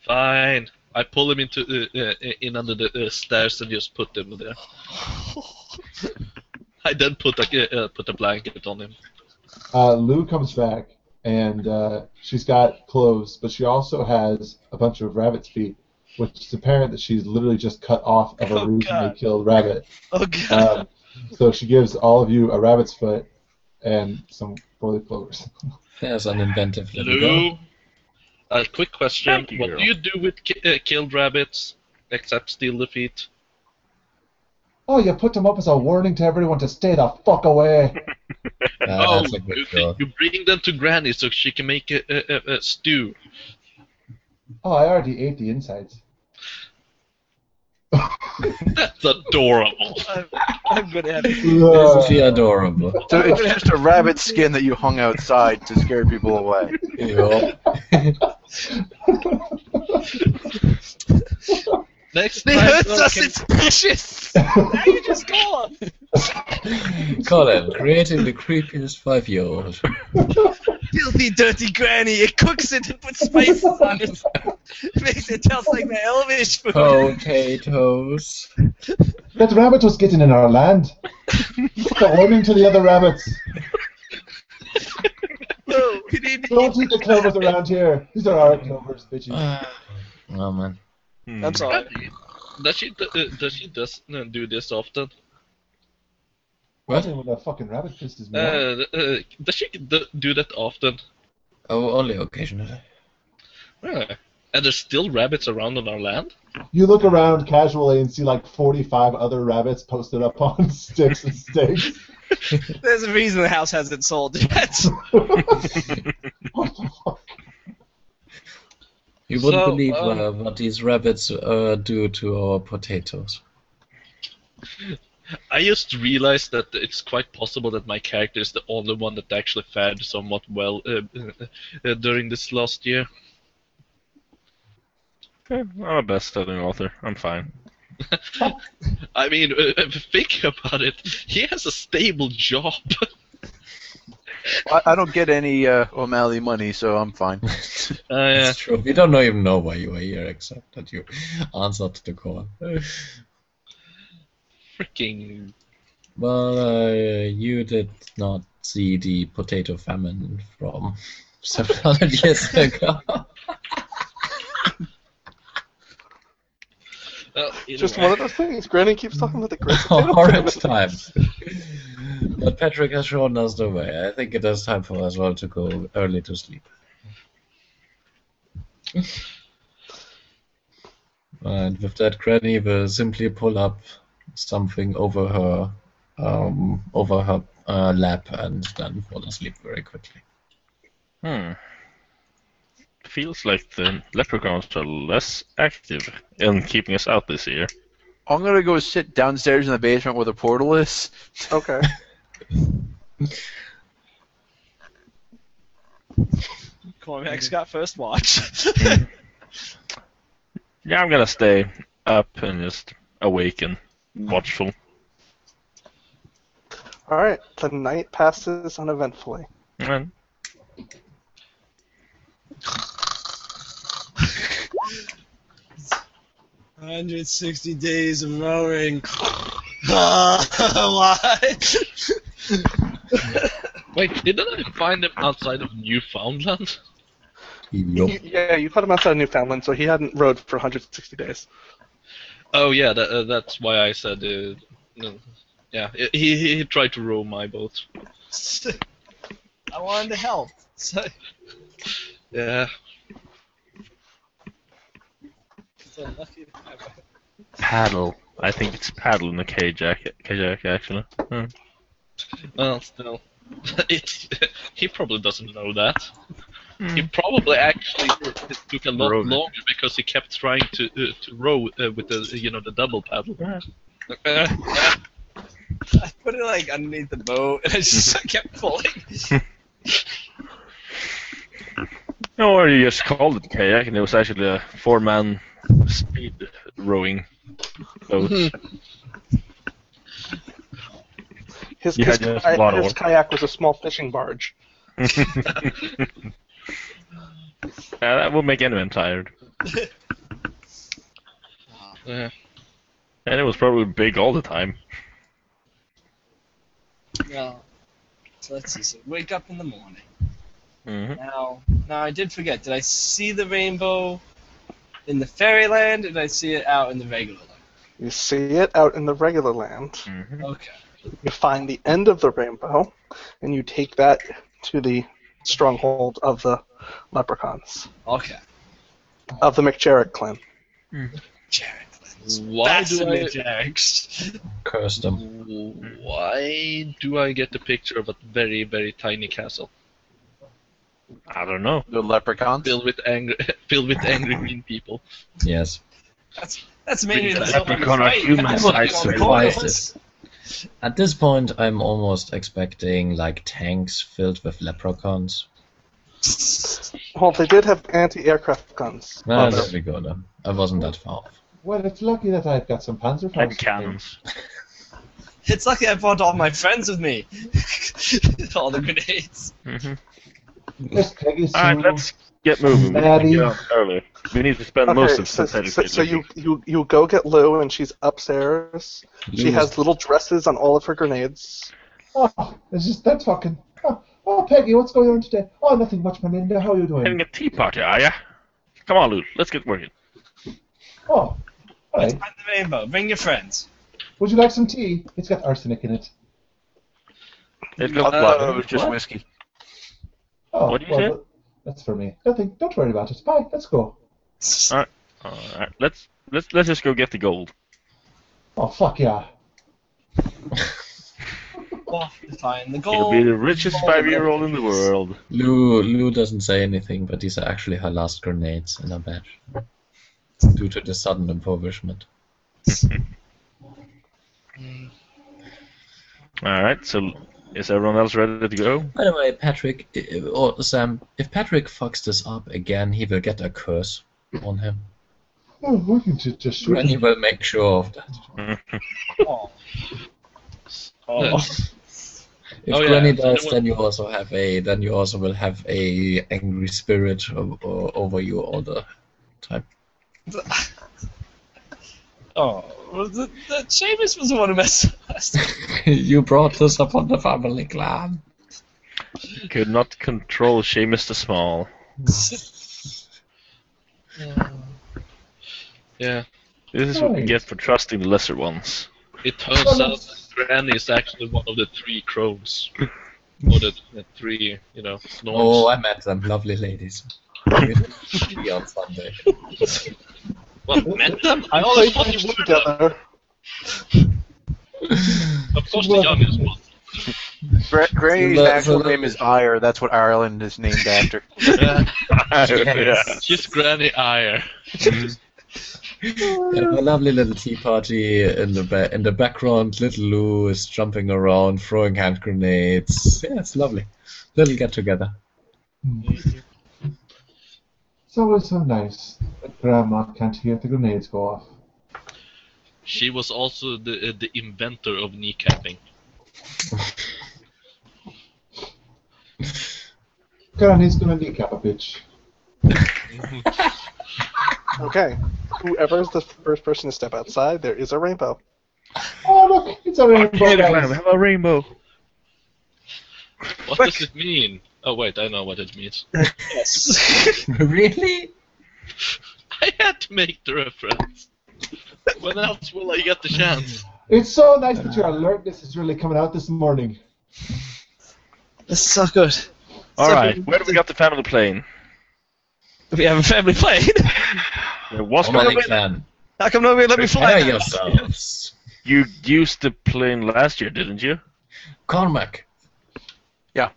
Speaker 4: fine. I pull him into uh, uh, in under the uh, stairs and just put him there. I then put a uh, put a blanket on him.
Speaker 1: Uh, Lou comes back, and uh, she's got clothes, but she also has a bunch of rabbit's feet, which is apparent that she's literally just cut off of a
Speaker 13: Oh,
Speaker 1: recently killed rabbit.
Speaker 2: Oh god.
Speaker 1: Um, so she gives all of you a rabbit's foot and some broiler clovers.
Speaker 3: There's an inventive little girl.
Speaker 4: Lou, a quick question:
Speaker 3: Thank you,
Speaker 4: What
Speaker 3: girl.
Speaker 4: do you do with ki- uh, killed rabbits except steal the feet?
Speaker 1: Oh, you put them up as a warning to everyone to stay the fuck away.
Speaker 3: Ah,
Speaker 4: oh, you, you bring them to Granny so she can make a, a, a, a stew.
Speaker 1: Oh, I already ate the insides.
Speaker 4: That's adorable.
Speaker 2: I'm gonna have
Speaker 3: Isn't she adorable?
Speaker 13: So it's just a rabbit skin that you hung outside to scare people away.
Speaker 4: Next
Speaker 2: They
Speaker 4: time,
Speaker 2: hurt
Speaker 4: uh,
Speaker 2: us,
Speaker 4: can-
Speaker 2: it's precious! now you just go
Speaker 3: Colin, creating the creepiest five-year-old.
Speaker 2: Filthy, dirty granny, it cooks it and puts spices on it. It makes it taste like the elvish food.
Speaker 3: Potatoes.
Speaker 1: That rabbit was getting in our land. the warning to the other rabbits.
Speaker 2: No, we need
Speaker 1: Don't eat the clovers around here. These are our clovers, bitches.
Speaker 3: Oh man.
Speaker 2: That's all.
Speaker 4: Does she do- uh, does she does uh, do this often?
Speaker 3: What?
Speaker 1: When a fucking rabbit pisses me off.
Speaker 4: Uh, uh, does she do do that often?
Speaker 3: Oh, only occasionally.
Speaker 4: Yeah. And there's still rabbits around on our land.
Speaker 1: You look around casually and see like 45 other rabbits posted up on sticks and stakes.
Speaker 2: There's a reason the house hasn't sold yet.
Speaker 3: You wouldn't
Speaker 4: So,
Speaker 3: believe
Speaker 4: um,
Speaker 3: uh, what these rabbits uh, do to our potatoes.
Speaker 4: I just realized that it's quite possible that my character is the only one that actually fared somewhat well uh, uh, uh, during this last year.
Speaker 12: Okay, I'm a best-selling author. I'm fine.
Speaker 4: I mean, uh, uh, think about it. He has a stable job.
Speaker 13: I, I don't get any uh, O'Malley money, so I'm fine.
Speaker 4: Uh,
Speaker 3: It's true. We don't know- even know why you were here, except that you answered the call.
Speaker 4: Freaking.
Speaker 3: Well, uh, you did not see the potato famine from 700 years ago.
Speaker 4: Well, either
Speaker 15: Just
Speaker 4: way.
Speaker 15: one of those things. Granny keeps talking about the great potato
Speaker 3: Horrid
Speaker 15: famine.
Speaker 3: times. But Patrick has shown us the way. I think it is time for us all to go early to sleep. and with that, Granny will simply pull up something over her, um, over her uh, lap, and then fall asleep very quickly.
Speaker 12: Hmm. Feels like the leprechauns are less active in keeping us out this year.
Speaker 13: I'm gonna go sit downstairs in the basement where the portal is.
Speaker 15: Okay.
Speaker 2: Cormac's got first watch.
Speaker 12: Yeah, I'm gonna stay up and just awake and
Speaker 15: Mm.
Speaker 12: watchful.
Speaker 15: Alright, the night passes uneventfully.
Speaker 12: And
Speaker 2: Hundred sixty days of rowing. Why?
Speaker 4: Wait, didn't I find them outside of Newfoundland?
Speaker 15: You- yeah, you caught him outside of Newfoundland, so he hadn't rowed for 160 days.
Speaker 6: Oh yeah, that, uh, that's why I said. Uh, no. Yeah, he, he he tried to row my boat.
Speaker 2: I wanted to help. So,
Speaker 6: Yeah.
Speaker 2: so lucky to have it.
Speaker 4: Paddle. I think it's paddle in the kajak, kajak actually. Hmm.
Speaker 6: Well, still, it, he probably doesn't know that.
Speaker 4: Hmm.
Speaker 6: He probably actually it took a lot
Speaker 4: Rowed it.
Speaker 6: longer because he kept trying to uh, to row uh, with the you know the double paddle.
Speaker 4: Uh,
Speaker 2: I put it like underneath the boat, and I just kept pulling.
Speaker 4: Or you just called it kayak, and it was actually a four-man speed rowing boat.
Speaker 6: Hmm.
Speaker 1: His,
Speaker 4: You
Speaker 1: his,
Speaker 4: had just
Speaker 1: kayak-
Speaker 4: water.
Speaker 1: his kayak was a small fishing barge.
Speaker 4: yeah, that will make anyone tired.
Speaker 6: Yeah.
Speaker 4: And it was probably big all the time.
Speaker 2: Well, so let's see. So wake up in the morning.
Speaker 6: Mm-hmm.
Speaker 4: Mhm.
Speaker 2: Now, now I did forget. Did I see the rainbow in the fairyland? Or did I see it out in the regular land?
Speaker 1: You see it out in the regular land.
Speaker 2: Okay.
Speaker 1: You find the end of the rainbow, and you take that to the stronghold of the leprechauns,
Speaker 2: Okay.
Speaker 1: of the McJarrett clan.
Speaker 2: Jared.
Speaker 6: Why do I
Speaker 3: curse them?
Speaker 6: Why do I get the picture of a very very tiny castle
Speaker 4: I don't know.
Speaker 7: The leprechaun.
Speaker 6: filled with angry filled with angry green people?
Speaker 3: Yes.
Speaker 2: That's that's mainly
Speaker 6: Because
Speaker 2: the
Speaker 6: leprechaun are
Speaker 3: human-sized
Speaker 2: That's
Speaker 3: surprises.
Speaker 2: pointless.
Speaker 3: At this point, I'm almost expecting like tanks filled with leprechauns.
Speaker 1: Well, they did have anti-aircraft guns.
Speaker 6: Oh,
Speaker 3: Ah,
Speaker 1: on
Speaker 3: there
Speaker 1: them.
Speaker 3: we go. Then. I wasn't that far off.
Speaker 5: Well, it's lucky that I've got some Panzerfaust.
Speaker 4: And cannons.
Speaker 2: It's lucky I brought all my friends with me. all the grenades.
Speaker 4: Mm-hmm.
Speaker 5: Yes, Peggy Sue.
Speaker 4: All right, let's get moving. We need to get on early. We need to spend most
Speaker 1: Okay,
Speaker 4: of
Speaker 1: so,
Speaker 4: the
Speaker 1: so, so you, you you go get Lou, and she's upstairs. She
Speaker 4: Mm.
Speaker 3: Lou
Speaker 1: has little dresses on all of her grenades.
Speaker 5: Oh, it's just that's fucking. Oh, oh, Peggy, what's going on today? Oh, nothing much, Melinda. How are you doing?
Speaker 4: having a tea party, are ya? Come on, Lou. Let's get working.
Speaker 5: Oh, all right.
Speaker 2: Find the rainbow. Bring your friends.
Speaker 5: Would you like some tea? It's got arsenic in it.
Speaker 4: It
Speaker 7: Oh,
Speaker 4: goes
Speaker 7: it was just whiskey.
Speaker 5: Oh,
Speaker 4: What did you
Speaker 5: well,
Speaker 4: say?
Speaker 5: th- That's for me. Nothing. Don't worry about it. Bye. Let's go.
Speaker 4: All right, all right. Let's let's let's just go get the gold.
Speaker 5: Oh, fuck yeah.
Speaker 2: Off to find the
Speaker 4: You'll
Speaker 2: gold.
Speaker 4: be the richest
Speaker 3: Oh,
Speaker 2: Gold.
Speaker 4: five-year-old in the world.
Speaker 3: Lou Lou doesn't say anything, but these are actually her last grenades in her batch, due to the sudden impoverishment.
Speaker 4: All right. So, is everyone else ready to go?
Speaker 3: By the way, Patrick i- i- or Sam, if Patrick fucks this up again, he will get a curse on him,
Speaker 5: Oh, we can ju- just shoot
Speaker 3: and he
Speaker 5: him.
Speaker 3: will make sure of that.
Speaker 2: Oh.
Speaker 6: Uh,
Speaker 2: Oh.
Speaker 3: If
Speaker 6: Oh, yeah,
Speaker 3: Granny
Speaker 6: and then
Speaker 3: dies,
Speaker 6: what-
Speaker 3: then you also have a then you also will have a angry spirit o- o- over you all the time.
Speaker 2: Oh, well, the, the Seamus was the one who messed up last time.
Speaker 3: you brought this upon the family clan.
Speaker 4: Could not control Seamus the Small.
Speaker 6: Yeah.
Speaker 4: This is what we get for trusting the lesser ones.
Speaker 6: It turns out that Granny is actually one of the three crones. or the, the three, you know,
Speaker 3: Oh,
Speaker 6: snorts.
Speaker 3: I met them, lovely ladies. Be on Sunday.
Speaker 6: Well, met them? I
Speaker 1: We
Speaker 6: always
Speaker 1: played
Speaker 6: thought
Speaker 1: games
Speaker 6: you were them.
Speaker 1: together.
Speaker 6: Of course, the youngest one.
Speaker 7: Gra- Granny's
Speaker 3: So that-
Speaker 7: actual
Speaker 3: so that-
Speaker 7: name is Ire. That's what Ireland is named after.
Speaker 4: yeah.
Speaker 6: She's Granny Eyre.
Speaker 3: They have a lovely little tea party in the ba- in the background. Little Lou is jumping around, throwing hand grenades. Yeah, it's lovely. Little get together.
Speaker 5: It's always so nice that Grandma can't hear the grenades go off.
Speaker 6: She was also the uh, the inventor of kneecapping.
Speaker 5: Granny's gonna kneecap a bitch.
Speaker 1: Okay, whoever is the first person to step outside, there is a rainbow.
Speaker 5: Oh, look, it's a rainbow. guys.
Speaker 4: Have a rainbow.
Speaker 6: What does it mean? Oh wait, I know what it means.
Speaker 2: Yes.
Speaker 3: really?
Speaker 6: I had to make the reference. When else will I get the chance?
Speaker 5: It's so nice that your alertness is really coming out this morning.
Speaker 2: This is so good.
Speaker 4: All right, where do we got the family plane?
Speaker 2: We have a family plane.
Speaker 4: There was
Speaker 2: Oh my
Speaker 4: one.
Speaker 2: God. How come nobody let me fly?
Speaker 4: Prepare yourselves. You used the plane last year, didn't you?
Speaker 3: Cormac.
Speaker 7: Yeah.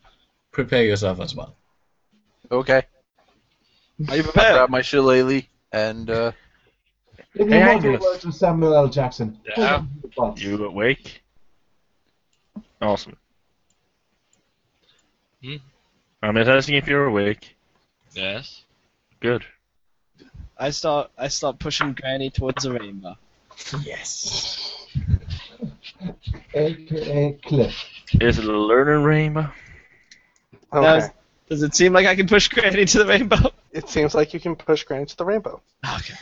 Speaker 3: Prepare yourself as well.
Speaker 7: Okay.
Speaker 2: I
Speaker 7: grab my shillelagh and uh,
Speaker 5: If you
Speaker 7: Hey,
Speaker 5: want the
Speaker 7: Angus.
Speaker 5: words of Samuel L. Jackson.
Speaker 7: Yeah.
Speaker 4: You awake? Awesome.
Speaker 6: Hmm?
Speaker 4: I'm asking if you're awake.
Speaker 6: Yes.
Speaker 4: Good.
Speaker 2: I start. I start pushing Granny towards the rainbow.
Speaker 3: Yes.
Speaker 5: AKA Cliff.
Speaker 4: Is it a learning rainbow?
Speaker 1: Okay.
Speaker 2: Does it seem like I can push Granny to the rainbow?
Speaker 1: It seems like you can push Granny to the rainbow.
Speaker 2: Okay.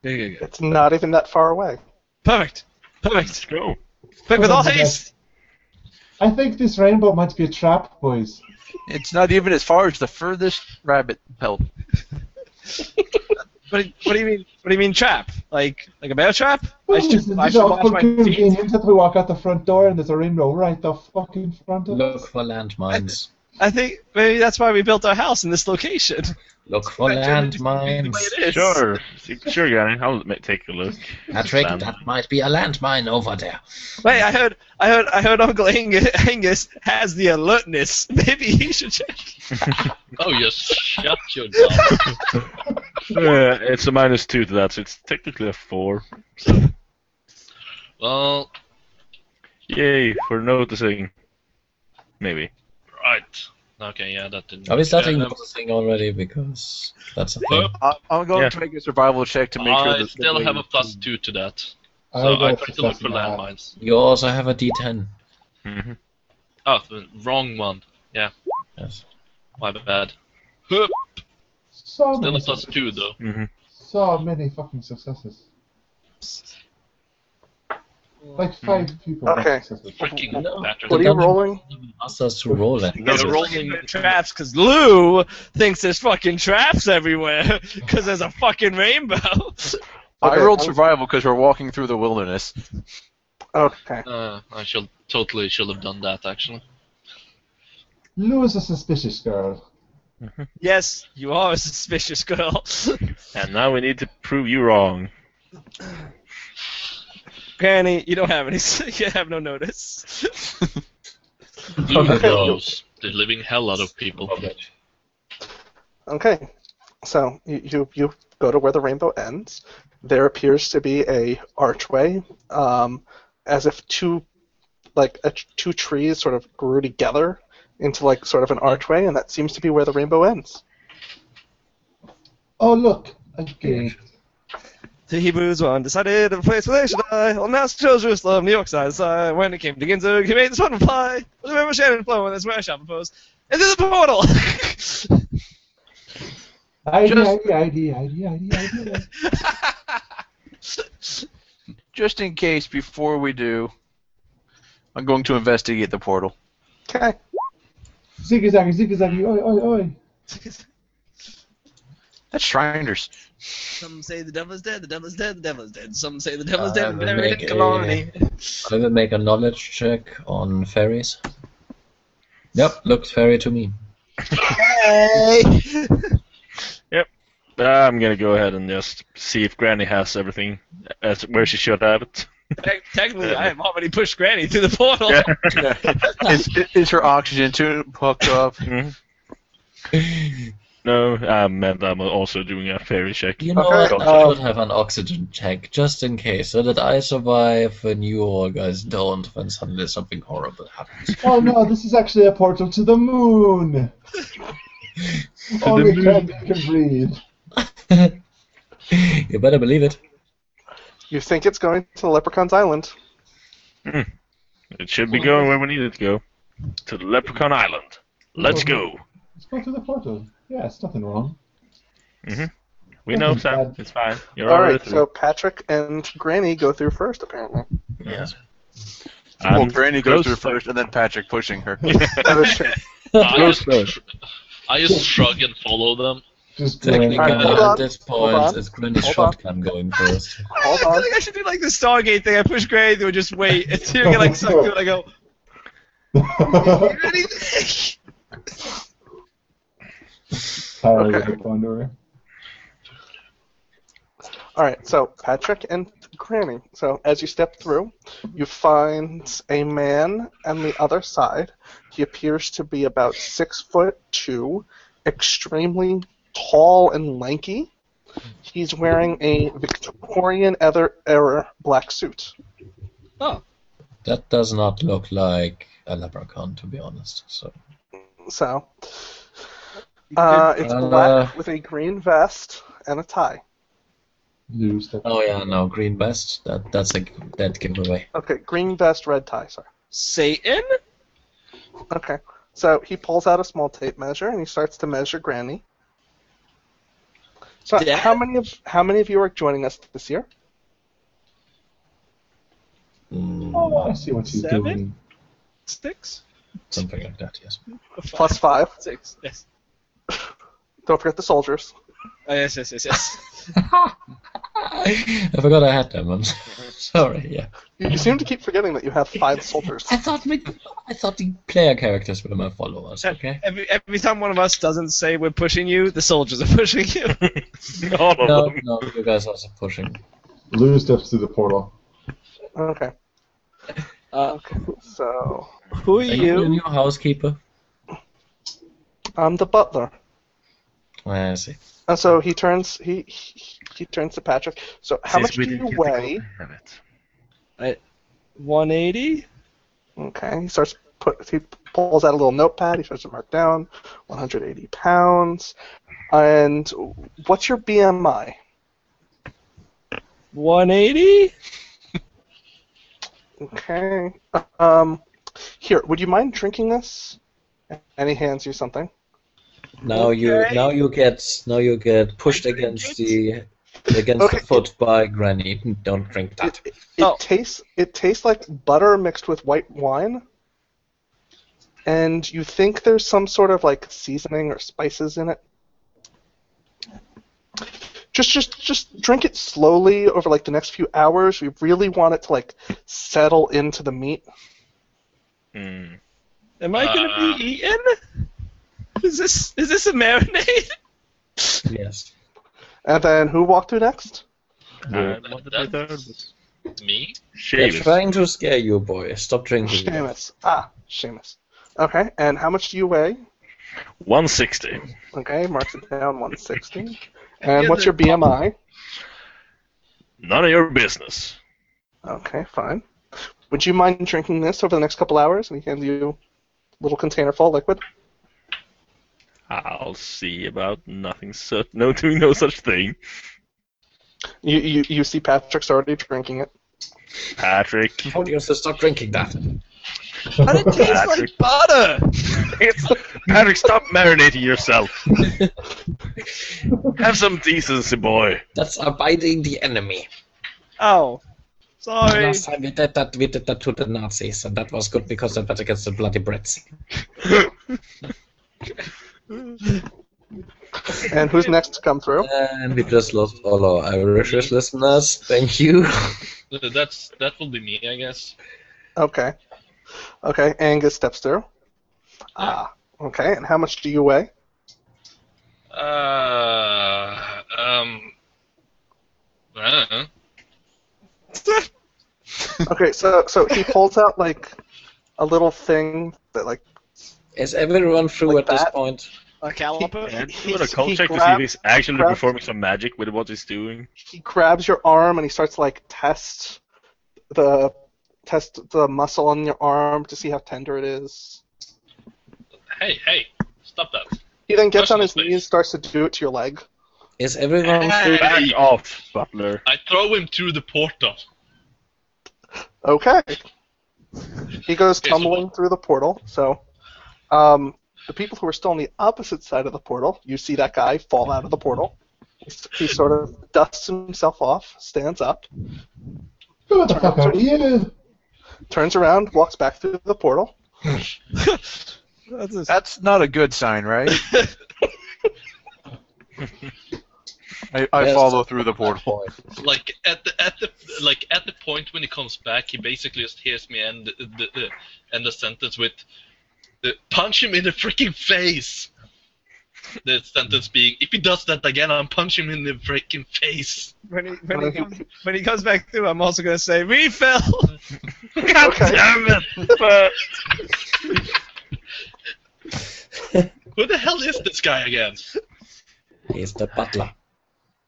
Speaker 2: There you go.
Speaker 1: It's not even that far away.
Speaker 2: Perfect. Perfect.
Speaker 4: Go.
Speaker 2: Quick with all
Speaker 5: Hold on,
Speaker 2: haste.
Speaker 5: I think this rainbow might be a trap, boys.
Speaker 7: it's not even as far as the furthest rabbit pelt.
Speaker 2: What, do- what do you mean? What do you mean trap? Like like a bear trap? I
Speaker 5: Well,
Speaker 2: should,
Speaker 5: isn't
Speaker 2: I
Speaker 5: it
Speaker 2: should
Speaker 5: awful
Speaker 2: watch my feet.
Speaker 5: convenient that we walk out the front door and there's a rainbow right the fuck in front of us?
Speaker 3: Look for landmines.
Speaker 2: I think maybe that's why we built our house in this location.
Speaker 3: Look for
Speaker 2: That's
Speaker 3: landmines.
Speaker 2: It is.
Speaker 4: Sure. Sure, Gary. I'll ma- take a look.
Speaker 3: Patrick,
Speaker 4: Sam.
Speaker 3: that might be a landmine over there.
Speaker 2: Wait, I heard, I heard, I heard Uncle Angus, Angus has the alertness. Maybe he should check.
Speaker 6: Oh, you shut your mouth.
Speaker 4: Uh, it's a minus two to that, so it's technically a four. So,
Speaker 6: Well,
Speaker 4: yay for noticing. Maybe.
Speaker 6: right. Okay, yeah, that didn't.
Speaker 3: Are we starting
Speaker 6: yeah,
Speaker 3: noticing already? Because that's a thing.
Speaker 7: I, I'm going
Speaker 4: Yeah.
Speaker 7: to make a survival check to make sure.
Speaker 6: I
Speaker 7: that-
Speaker 6: still
Speaker 7: that
Speaker 6: have a plus two to that.
Speaker 5: I
Speaker 6: So
Speaker 5: go
Speaker 6: I
Speaker 5: for
Speaker 6: tried to look for
Speaker 5: something like that.
Speaker 6: landmines.
Speaker 3: You also have a D10.
Speaker 4: hmm
Speaker 6: Oh, the wrong one.
Speaker 3: Yes.
Speaker 6: My bad. Hup,
Speaker 5: So
Speaker 6: Still a
Speaker 5: many
Speaker 6: plus
Speaker 5: successes.
Speaker 6: two though.
Speaker 4: hmm
Speaker 5: So many fucking successes. Like five people. have
Speaker 1: Okay.
Speaker 5: successes.
Speaker 6: Freaking
Speaker 3: No.
Speaker 6: bastard.
Speaker 1: What are you
Speaker 3: Dungeon-
Speaker 1: rolling?
Speaker 3: Ask us to roll it.
Speaker 2: He's rolling traps because Lou thinks there's fucking traps everywhere because there's a fucking rainbow.
Speaker 7: I
Speaker 1: Okay,
Speaker 7: rolled
Speaker 1: I'm-
Speaker 7: survival because we're walking through the wilderness.
Speaker 1: Okay.
Speaker 6: Uh, I should totally should have done that actually.
Speaker 5: Lou is a suspicious girl.
Speaker 2: yes, you are a suspicious girl.
Speaker 4: And now we need to prove you wrong.
Speaker 2: Granny, you don't have any. You have no notice.
Speaker 6: Blue knows the living hell out of people.
Speaker 1: Okay. So you, you you go to where the rainbow ends. There appears to be a archway, um, as if two like a, two trees sort of grew together into like sort of an archway, and that seems to be where the rainbow ends.
Speaker 5: Oh look, a gate.
Speaker 2: The Hebrews were undecided of a place where they should die. Well, now chose Jerusalem, New York's side side. When it came to Ginzburg, he made the sun fly. With the river Shannon flowing, that's where I shall propose. And through the portal!
Speaker 5: ID,
Speaker 7: Just-
Speaker 5: ID, ID, ID, ID, ID.
Speaker 7: Just in case, before we do, I'm going to investigate the portal.
Speaker 1: Okay.
Speaker 5: Ziggy zaggy, ziggy zaggy, oi, oi, oi.
Speaker 7: That's Shriners.
Speaker 2: Some say the devil is dead, the devil is dead, the devil is dead. Some say the devil is
Speaker 3: Uh,
Speaker 2: dead, and buried in
Speaker 3: make a-
Speaker 2: Killarney.
Speaker 3: I will make a knowledge check on fairies. Yep, looks fairy to me.
Speaker 2: Hey!
Speaker 4: Uh, I'm gonna go ahead and just see if Granny has everything as where she should have it.
Speaker 2: Te- Technically, I have already pushed Granny through the portal.
Speaker 4: Yeah.
Speaker 7: is, is her oxygen too hooked up?
Speaker 4: Mhm. no, I meant I'm also doing a fairy check.
Speaker 3: You know,
Speaker 1: Okay,
Speaker 3: what? I
Speaker 1: um,
Speaker 3: will have an oxygen check just in case, so that I survive and you all guys don't when suddenly something horrible happens.
Speaker 5: Oh no, this is actually a portal to the moon. Only Granny can breathe.
Speaker 3: you better believe it.
Speaker 1: You think it's going to Leprechaun's Island?
Speaker 4: It should
Speaker 6: Oh.
Speaker 4: be going where we need it to go. To Leprechaun Island. Let's go.
Speaker 5: Let's go to the portal. Yeah, it's nothing wrong.
Speaker 4: We know, Sam. It's fine. You're
Speaker 1: All
Speaker 4: already
Speaker 1: right.
Speaker 4: through.
Speaker 1: So Patrick and Granny go through first, apparently.
Speaker 3: Yes.
Speaker 7: Well,
Speaker 4: And
Speaker 7: Granny goes
Speaker 4: those-
Speaker 7: through first, and then Patrick pushing her.
Speaker 1: That is true.
Speaker 6: I just, I just shrug and follow them.
Speaker 5: Just
Speaker 3: Technically,
Speaker 5: grinning.
Speaker 16: hold
Speaker 3: at
Speaker 16: on,
Speaker 3: this
Speaker 16: hold
Speaker 3: point,
Speaker 16: on,
Speaker 3: it's Grindy's
Speaker 16: hold on.
Speaker 3: shotgun going first.
Speaker 16: I feel like I should do like the Stargate thing. I push Gray into it, just wait until you get like sucked in. I go. "Ready?"
Speaker 5: Tyler the Thunderer.
Speaker 1: All right, so Patrick and Granny. So as you step through, you find a man on the other side. He appears to be about six foot two, extremely tall and lanky. He's wearing a Victorian ether era black suit.
Speaker 3: That does not look like a leprechaun, to be honest. So
Speaker 1: So uh, it's
Speaker 3: Uh,
Speaker 1: black with a green vest and a tie.
Speaker 3: Oh yeah, no green vest. That that's a dead giveaway.
Speaker 1: Okay, green vest, red tie. Sorry.
Speaker 2: Satan?
Speaker 1: Okay. So he pulls out a small tape measure and he starts to measure Granny. So how many of how many of you are joining us this year?
Speaker 5: Oh, I see what she's
Speaker 2: Seven?
Speaker 5: doing.
Speaker 2: Six?
Speaker 3: Something like that, yes.
Speaker 1: Plus five.
Speaker 2: Six. Yes.
Speaker 1: Don't forget the soldiers.
Speaker 2: Oh, yes, yes, yes, yes.
Speaker 3: I forgot I had them. I'm sorry. Yeah.
Speaker 1: You you seem to keep forgetting that you have five soldiers.
Speaker 3: I thought we, I thought the player characters were my followers. Okay.
Speaker 2: every, every time one of us doesn't say we're pushing you, the soldiers are pushing you.
Speaker 4: Oh,
Speaker 3: No, no, you guys are also pushing.
Speaker 5: Lou steps through the portal.
Speaker 1: Okay.
Speaker 2: okay.
Speaker 1: So
Speaker 2: Uh, Who are
Speaker 3: you? the new housekeeper.
Speaker 1: I'm the butler.
Speaker 3: Ah, I see.
Speaker 1: And so he turns he he, he turns to Patrick. So how
Speaker 2: Says
Speaker 1: much do
Speaker 2: we didn't
Speaker 1: you
Speaker 2: get the
Speaker 1: weigh?
Speaker 2: I, 180.
Speaker 1: Okay. He starts put he pulls out a little notepad. He starts to mark down 180 pounds. And what's your BMI?
Speaker 2: 180?
Speaker 1: Okay. Um, here, would you mind drinking this? And he hands you something.
Speaker 3: Now you now you get now you get pushed against the against the foot by Granny. Don't drink that.
Speaker 1: It tastes it tastes like butter mixed with white wine. And you think there's some sort of like seasoning or spices in it. Just just just drink it slowly over like the next few hours. We really want it to like settle into the meat.
Speaker 4: Mm.
Speaker 2: Am I
Speaker 6: Uh,
Speaker 2: gonna be eaten? Is this is this a marinade?
Speaker 3: Yes.
Speaker 1: And then who walked through next?
Speaker 6: Me?
Speaker 3: They're trying to scare you, boy. Stop drinking.
Speaker 1: Seamus. Ah, Seamus. Okay, and how much do you weigh?
Speaker 4: 160.
Speaker 1: Okay, marks it down 160. And what's your BMI?
Speaker 4: None of your business.
Speaker 1: Okay, fine. Would you mind drinking this over the next couple hours? And he hands you a little container full of liquid.
Speaker 4: I'll see about nothing such. No, doing no such thing.
Speaker 1: You, you you see Patrick's already drinking it.
Speaker 4: Patrick.
Speaker 3: I told you to stop drinking that.
Speaker 2: But it tastes
Speaker 4: Patrick,
Speaker 2: like butter.
Speaker 4: it's, Patrick, stop marinating yourself. Have some decency, boy.
Speaker 3: That's abiding the enemy.
Speaker 2: Oh, sorry.
Speaker 3: Last time we did that, we did that to the Nazis, and that was good because that was against the bloody Brits.
Speaker 1: And who's next to come through?
Speaker 3: And we just lost all our Irish listeners. Thank you.
Speaker 6: Uh, That's that will be me, I guess.
Speaker 1: Okay. Okay, Angus steps through. Ah, okay. And how much do you weigh?
Speaker 6: Uh, um, I don't know.
Speaker 1: Okay, so so he pulls out like a little thing that like
Speaker 3: Is everyone through at this point?
Speaker 2: A caliper?
Speaker 4: And do a call check to see if he's actually performing some magic with what he's doing.
Speaker 1: he grabs your arm and he starts to, like test the test the muscle on your arm to see how tender it is.
Speaker 6: Hey, hey, stop that.
Speaker 1: He then gets on his knees, starts to do it to your leg.
Speaker 3: Is everyone
Speaker 6: through- Back
Speaker 4: off, butler.
Speaker 6: I throw him through the portal.
Speaker 1: Okay. He goes tumbling through the portal. So, um, the people who are still on the opposite side of the portal, you see that guy fall out of the portal. He s- He sort of dusts himself off, stands up,
Speaker 5: Who the fuck are you?
Speaker 1: turns around, walks back through the portal.
Speaker 7: That's not a good sign, right? I, I
Speaker 6: Yes.
Speaker 7: follow through the portal.
Speaker 6: like at the at the like at the point when he comes back, he basically just hears me end the uh, end the sentence with uh, "punch him in the freaking face." The sentence being, "If he does that again, I'm punching him in the freaking face."
Speaker 2: When he, when, he comes, when he comes back through, I'm also going to say, refill!
Speaker 6: God damn it! Who the hell is this guy again?
Speaker 3: He's the butler.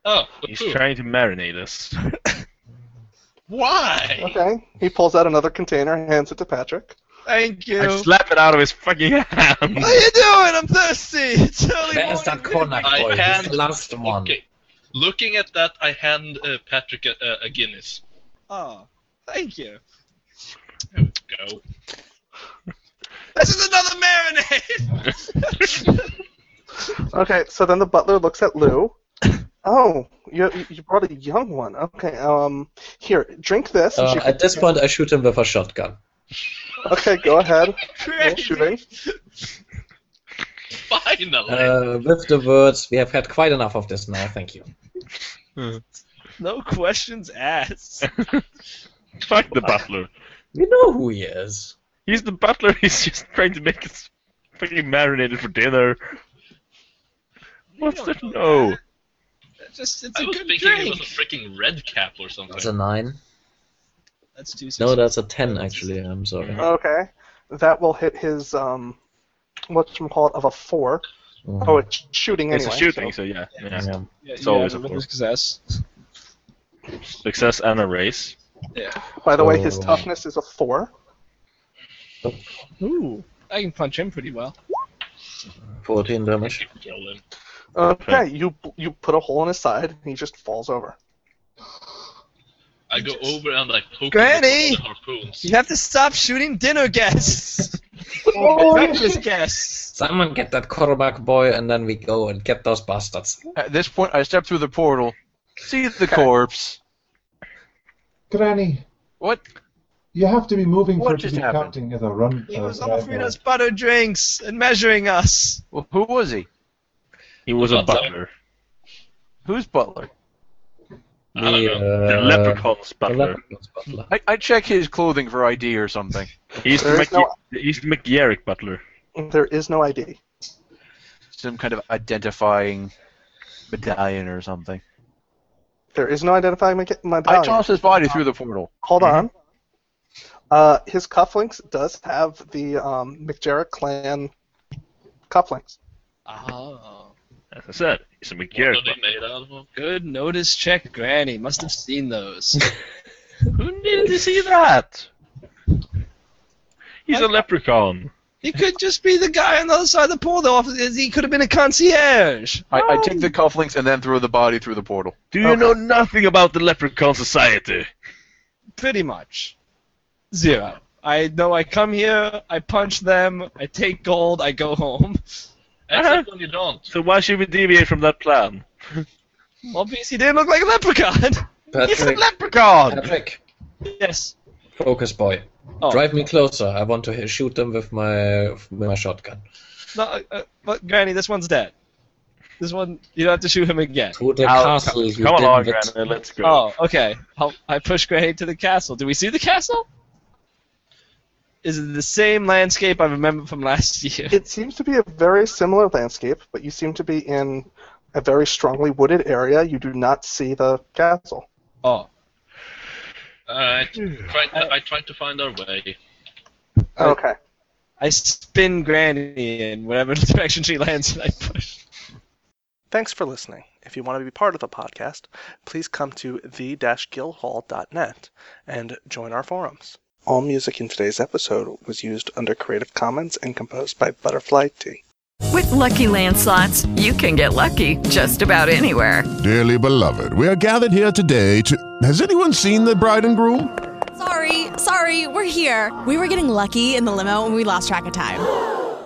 Speaker 6: Oh,
Speaker 4: He's trying to marinate us.
Speaker 6: Why?
Speaker 1: Okay. He pulls out another container, hands it to Patrick.
Speaker 2: Thank you.
Speaker 4: I slap it out of his fucking hand.
Speaker 2: What are you doing? I'm thirsty. It's early
Speaker 3: There's that corner
Speaker 6: I
Speaker 3: boy. He's
Speaker 6: can't-
Speaker 3: the last one.
Speaker 6: Okay. Looking at that, I hand uh, Patrick a, a- a Guinness.
Speaker 2: Oh, thank you.
Speaker 6: Go.
Speaker 2: This is another marinade!
Speaker 1: Okay, so then the butler looks at Lou. Oh, you you brought a young one. Okay, um, here, drink this.
Speaker 4: Um,
Speaker 1: and
Speaker 3: Uh,
Speaker 1: she can-
Speaker 3: at this point, I shoot him with a shotgun.
Speaker 1: okay, go ahead. Roll shooting.
Speaker 6: Finally.
Speaker 3: Uh, with the words, we have had quite enough of this now. Thank you.
Speaker 2: no questions asked.
Speaker 4: Fuck the butler.
Speaker 3: We know who he is.
Speaker 4: He's the butler. He's just trying to make us fucking marinated for dinner. What's that? No.
Speaker 2: Just, it's
Speaker 6: I
Speaker 2: a
Speaker 6: was
Speaker 2: good
Speaker 6: thinking it
Speaker 2: drink.
Speaker 6: was a freaking red cap or something.
Speaker 3: That's a nine.
Speaker 2: That's two
Speaker 3: No, that's a ten actually. I'm sorry.
Speaker 1: Okay, that will hit his um, what's call it of a four.
Speaker 3: Mhm.
Speaker 7: Mm-hmm.
Speaker 1: Oh, it's shooting
Speaker 4: It's
Speaker 1: anyway.
Speaker 4: a shooting, so yeah. yeah. It's always a four.
Speaker 2: success.
Speaker 4: Success and a race.
Speaker 2: Yeah.
Speaker 1: By the way, his
Speaker 4: Oh.
Speaker 1: toughness is a four.
Speaker 2: Ooh, I can punch him pretty well.
Speaker 3: Fourteen damage.
Speaker 6: Kill him.
Speaker 1: Okay, you you put a hole in his side, and he just falls over.
Speaker 6: I go over and I poke
Speaker 2: Granny!
Speaker 6: him with one of the harpoons.
Speaker 2: You have to stop shooting dinner guests.
Speaker 3: Oh,
Speaker 2: breakfast guests.
Speaker 3: Someone get that quarterback boy, and then we go and get those bastards.
Speaker 7: At this point, I step through the portal, see the corpse.
Speaker 5: Granny,
Speaker 7: What?
Speaker 5: you have to be moving
Speaker 7: What
Speaker 5: for it to
Speaker 7: just
Speaker 5: be
Speaker 7: happened?
Speaker 5: counting as a run.
Speaker 3: Oh,
Speaker 2: He
Speaker 5: uh,
Speaker 2: was
Speaker 5: drive
Speaker 2: offering
Speaker 5: roll.
Speaker 2: us butter drinks and measuring us.
Speaker 7: Well, who was he?
Speaker 4: He was a
Speaker 6: Butler.
Speaker 4: butler.
Speaker 7: Who's Butler?
Speaker 6: I don't
Speaker 3: The,
Speaker 6: know.
Speaker 4: The
Speaker 3: uh,
Speaker 4: leprechaun's
Speaker 3: the
Speaker 4: butler.
Speaker 3: leprechaun's butler.
Speaker 7: I, I check his clothing for ID or something.
Speaker 4: He's the,
Speaker 1: There is
Speaker 4: Mc-
Speaker 1: no-
Speaker 4: he's the McGarrick butler.
Speaker 1: There is no ID.
Speaker 7: Some kind of identifying medallion or something.
Speaker 1: There is no identifying my, my
Speaker 7: I
Speaker 3: Oh,
Speaker 1: value.
Speaker 7: toss Mm-hmm. his body through the portal.
Speaker 1: Hold on. Uh, his cufflinks does have the um, McJarrett clan cufflinks.
Speaker 2: Oh.
Speaker 4: As I said, he's a
Speaker 6: What
Speaker 4: McGarrick
Speaker 6: are they
Speaker 4: butler.
Speaker 6: made out of?
Speaker 2: Good notice check, Granny. Must have seen those.
Speaker 7: Who needed to see that?
Speaker 4: He's a leprechaun.
Speaker 2: he could just be the guy on the other side of the portal office. He could have been a concierge.
Speaker 7: I, I take
Speaker 3: Oh.
Speaker 7: the cufflinks and then throw the body through the portal.
Speaker 4: Do you know nothing about the leprechaun society?
Speaker 2: Pretty much. Zero. I know I come here, I punch them, I take gold, I go home.
Speaker 6: Except when you don't.
Speaker 4: Uh-huh. So why should we deviate from that plan?
Speaker 2: Obviously, he didn't look like a leprechaun.
Speaker 3: Patrick,
Speaker 7: Leprechaun!
Speaker 3: Patrick,
Speaker 2: yes.
Speaker 3: focus boy.
Speaker 2: Oh.
Speaker 3: Drive me closer. I want to h- shoot them with my with my shotgun.
Speaker 2: No, uh, uh, but Granny, this one's dead. This one, you don't have to shoot him again.
Speaker 3: To the
Speaker 4: Al,
Speaker 3: castle. you
Speaker 4: Come along,
Speaker 3: dimwit.
Speaker 4: Granny, let's go.
Speaker 2: Oh, okay. I'll, I push Granny to the castle. Do we see the castle? Is it the same landscape I remember from last year?
Speaker 1: It seems to be a very similar landscape, but you seem to be in a very strongly wooded area. You do not see the castle.
Speaker 2: Oh,
Speaker 6: Uh, I, tried to, I tried to find our way.
Speaker 2: Right.
Speaker 1: Okay.
Speaker 2: I spin Granny in whatever direction she lands, and I push.
Speaker 1: Thanks for listening. If you want to be part of the podcast, please come to the-guildhall.net and join our forums. All music in today's episode was used under Creative Commons and composed by Butterfly T.
Speaker 17: With Lucky Land slots, you can get lucky just about anywhere.
Speaker 18: Dearly beloved, we are gathered here today to. Has anyone seen the bride and groom?
Speaker 19: Sorry, sorry, we're here. We were getting lucky in the limo and we lost track of time.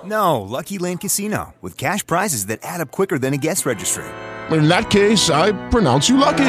Speaker 20: No, Lucky Land Casino with cash prizes that add up quicker than a guest registry.
Speaker 18: In that case, I pronounce you lucky.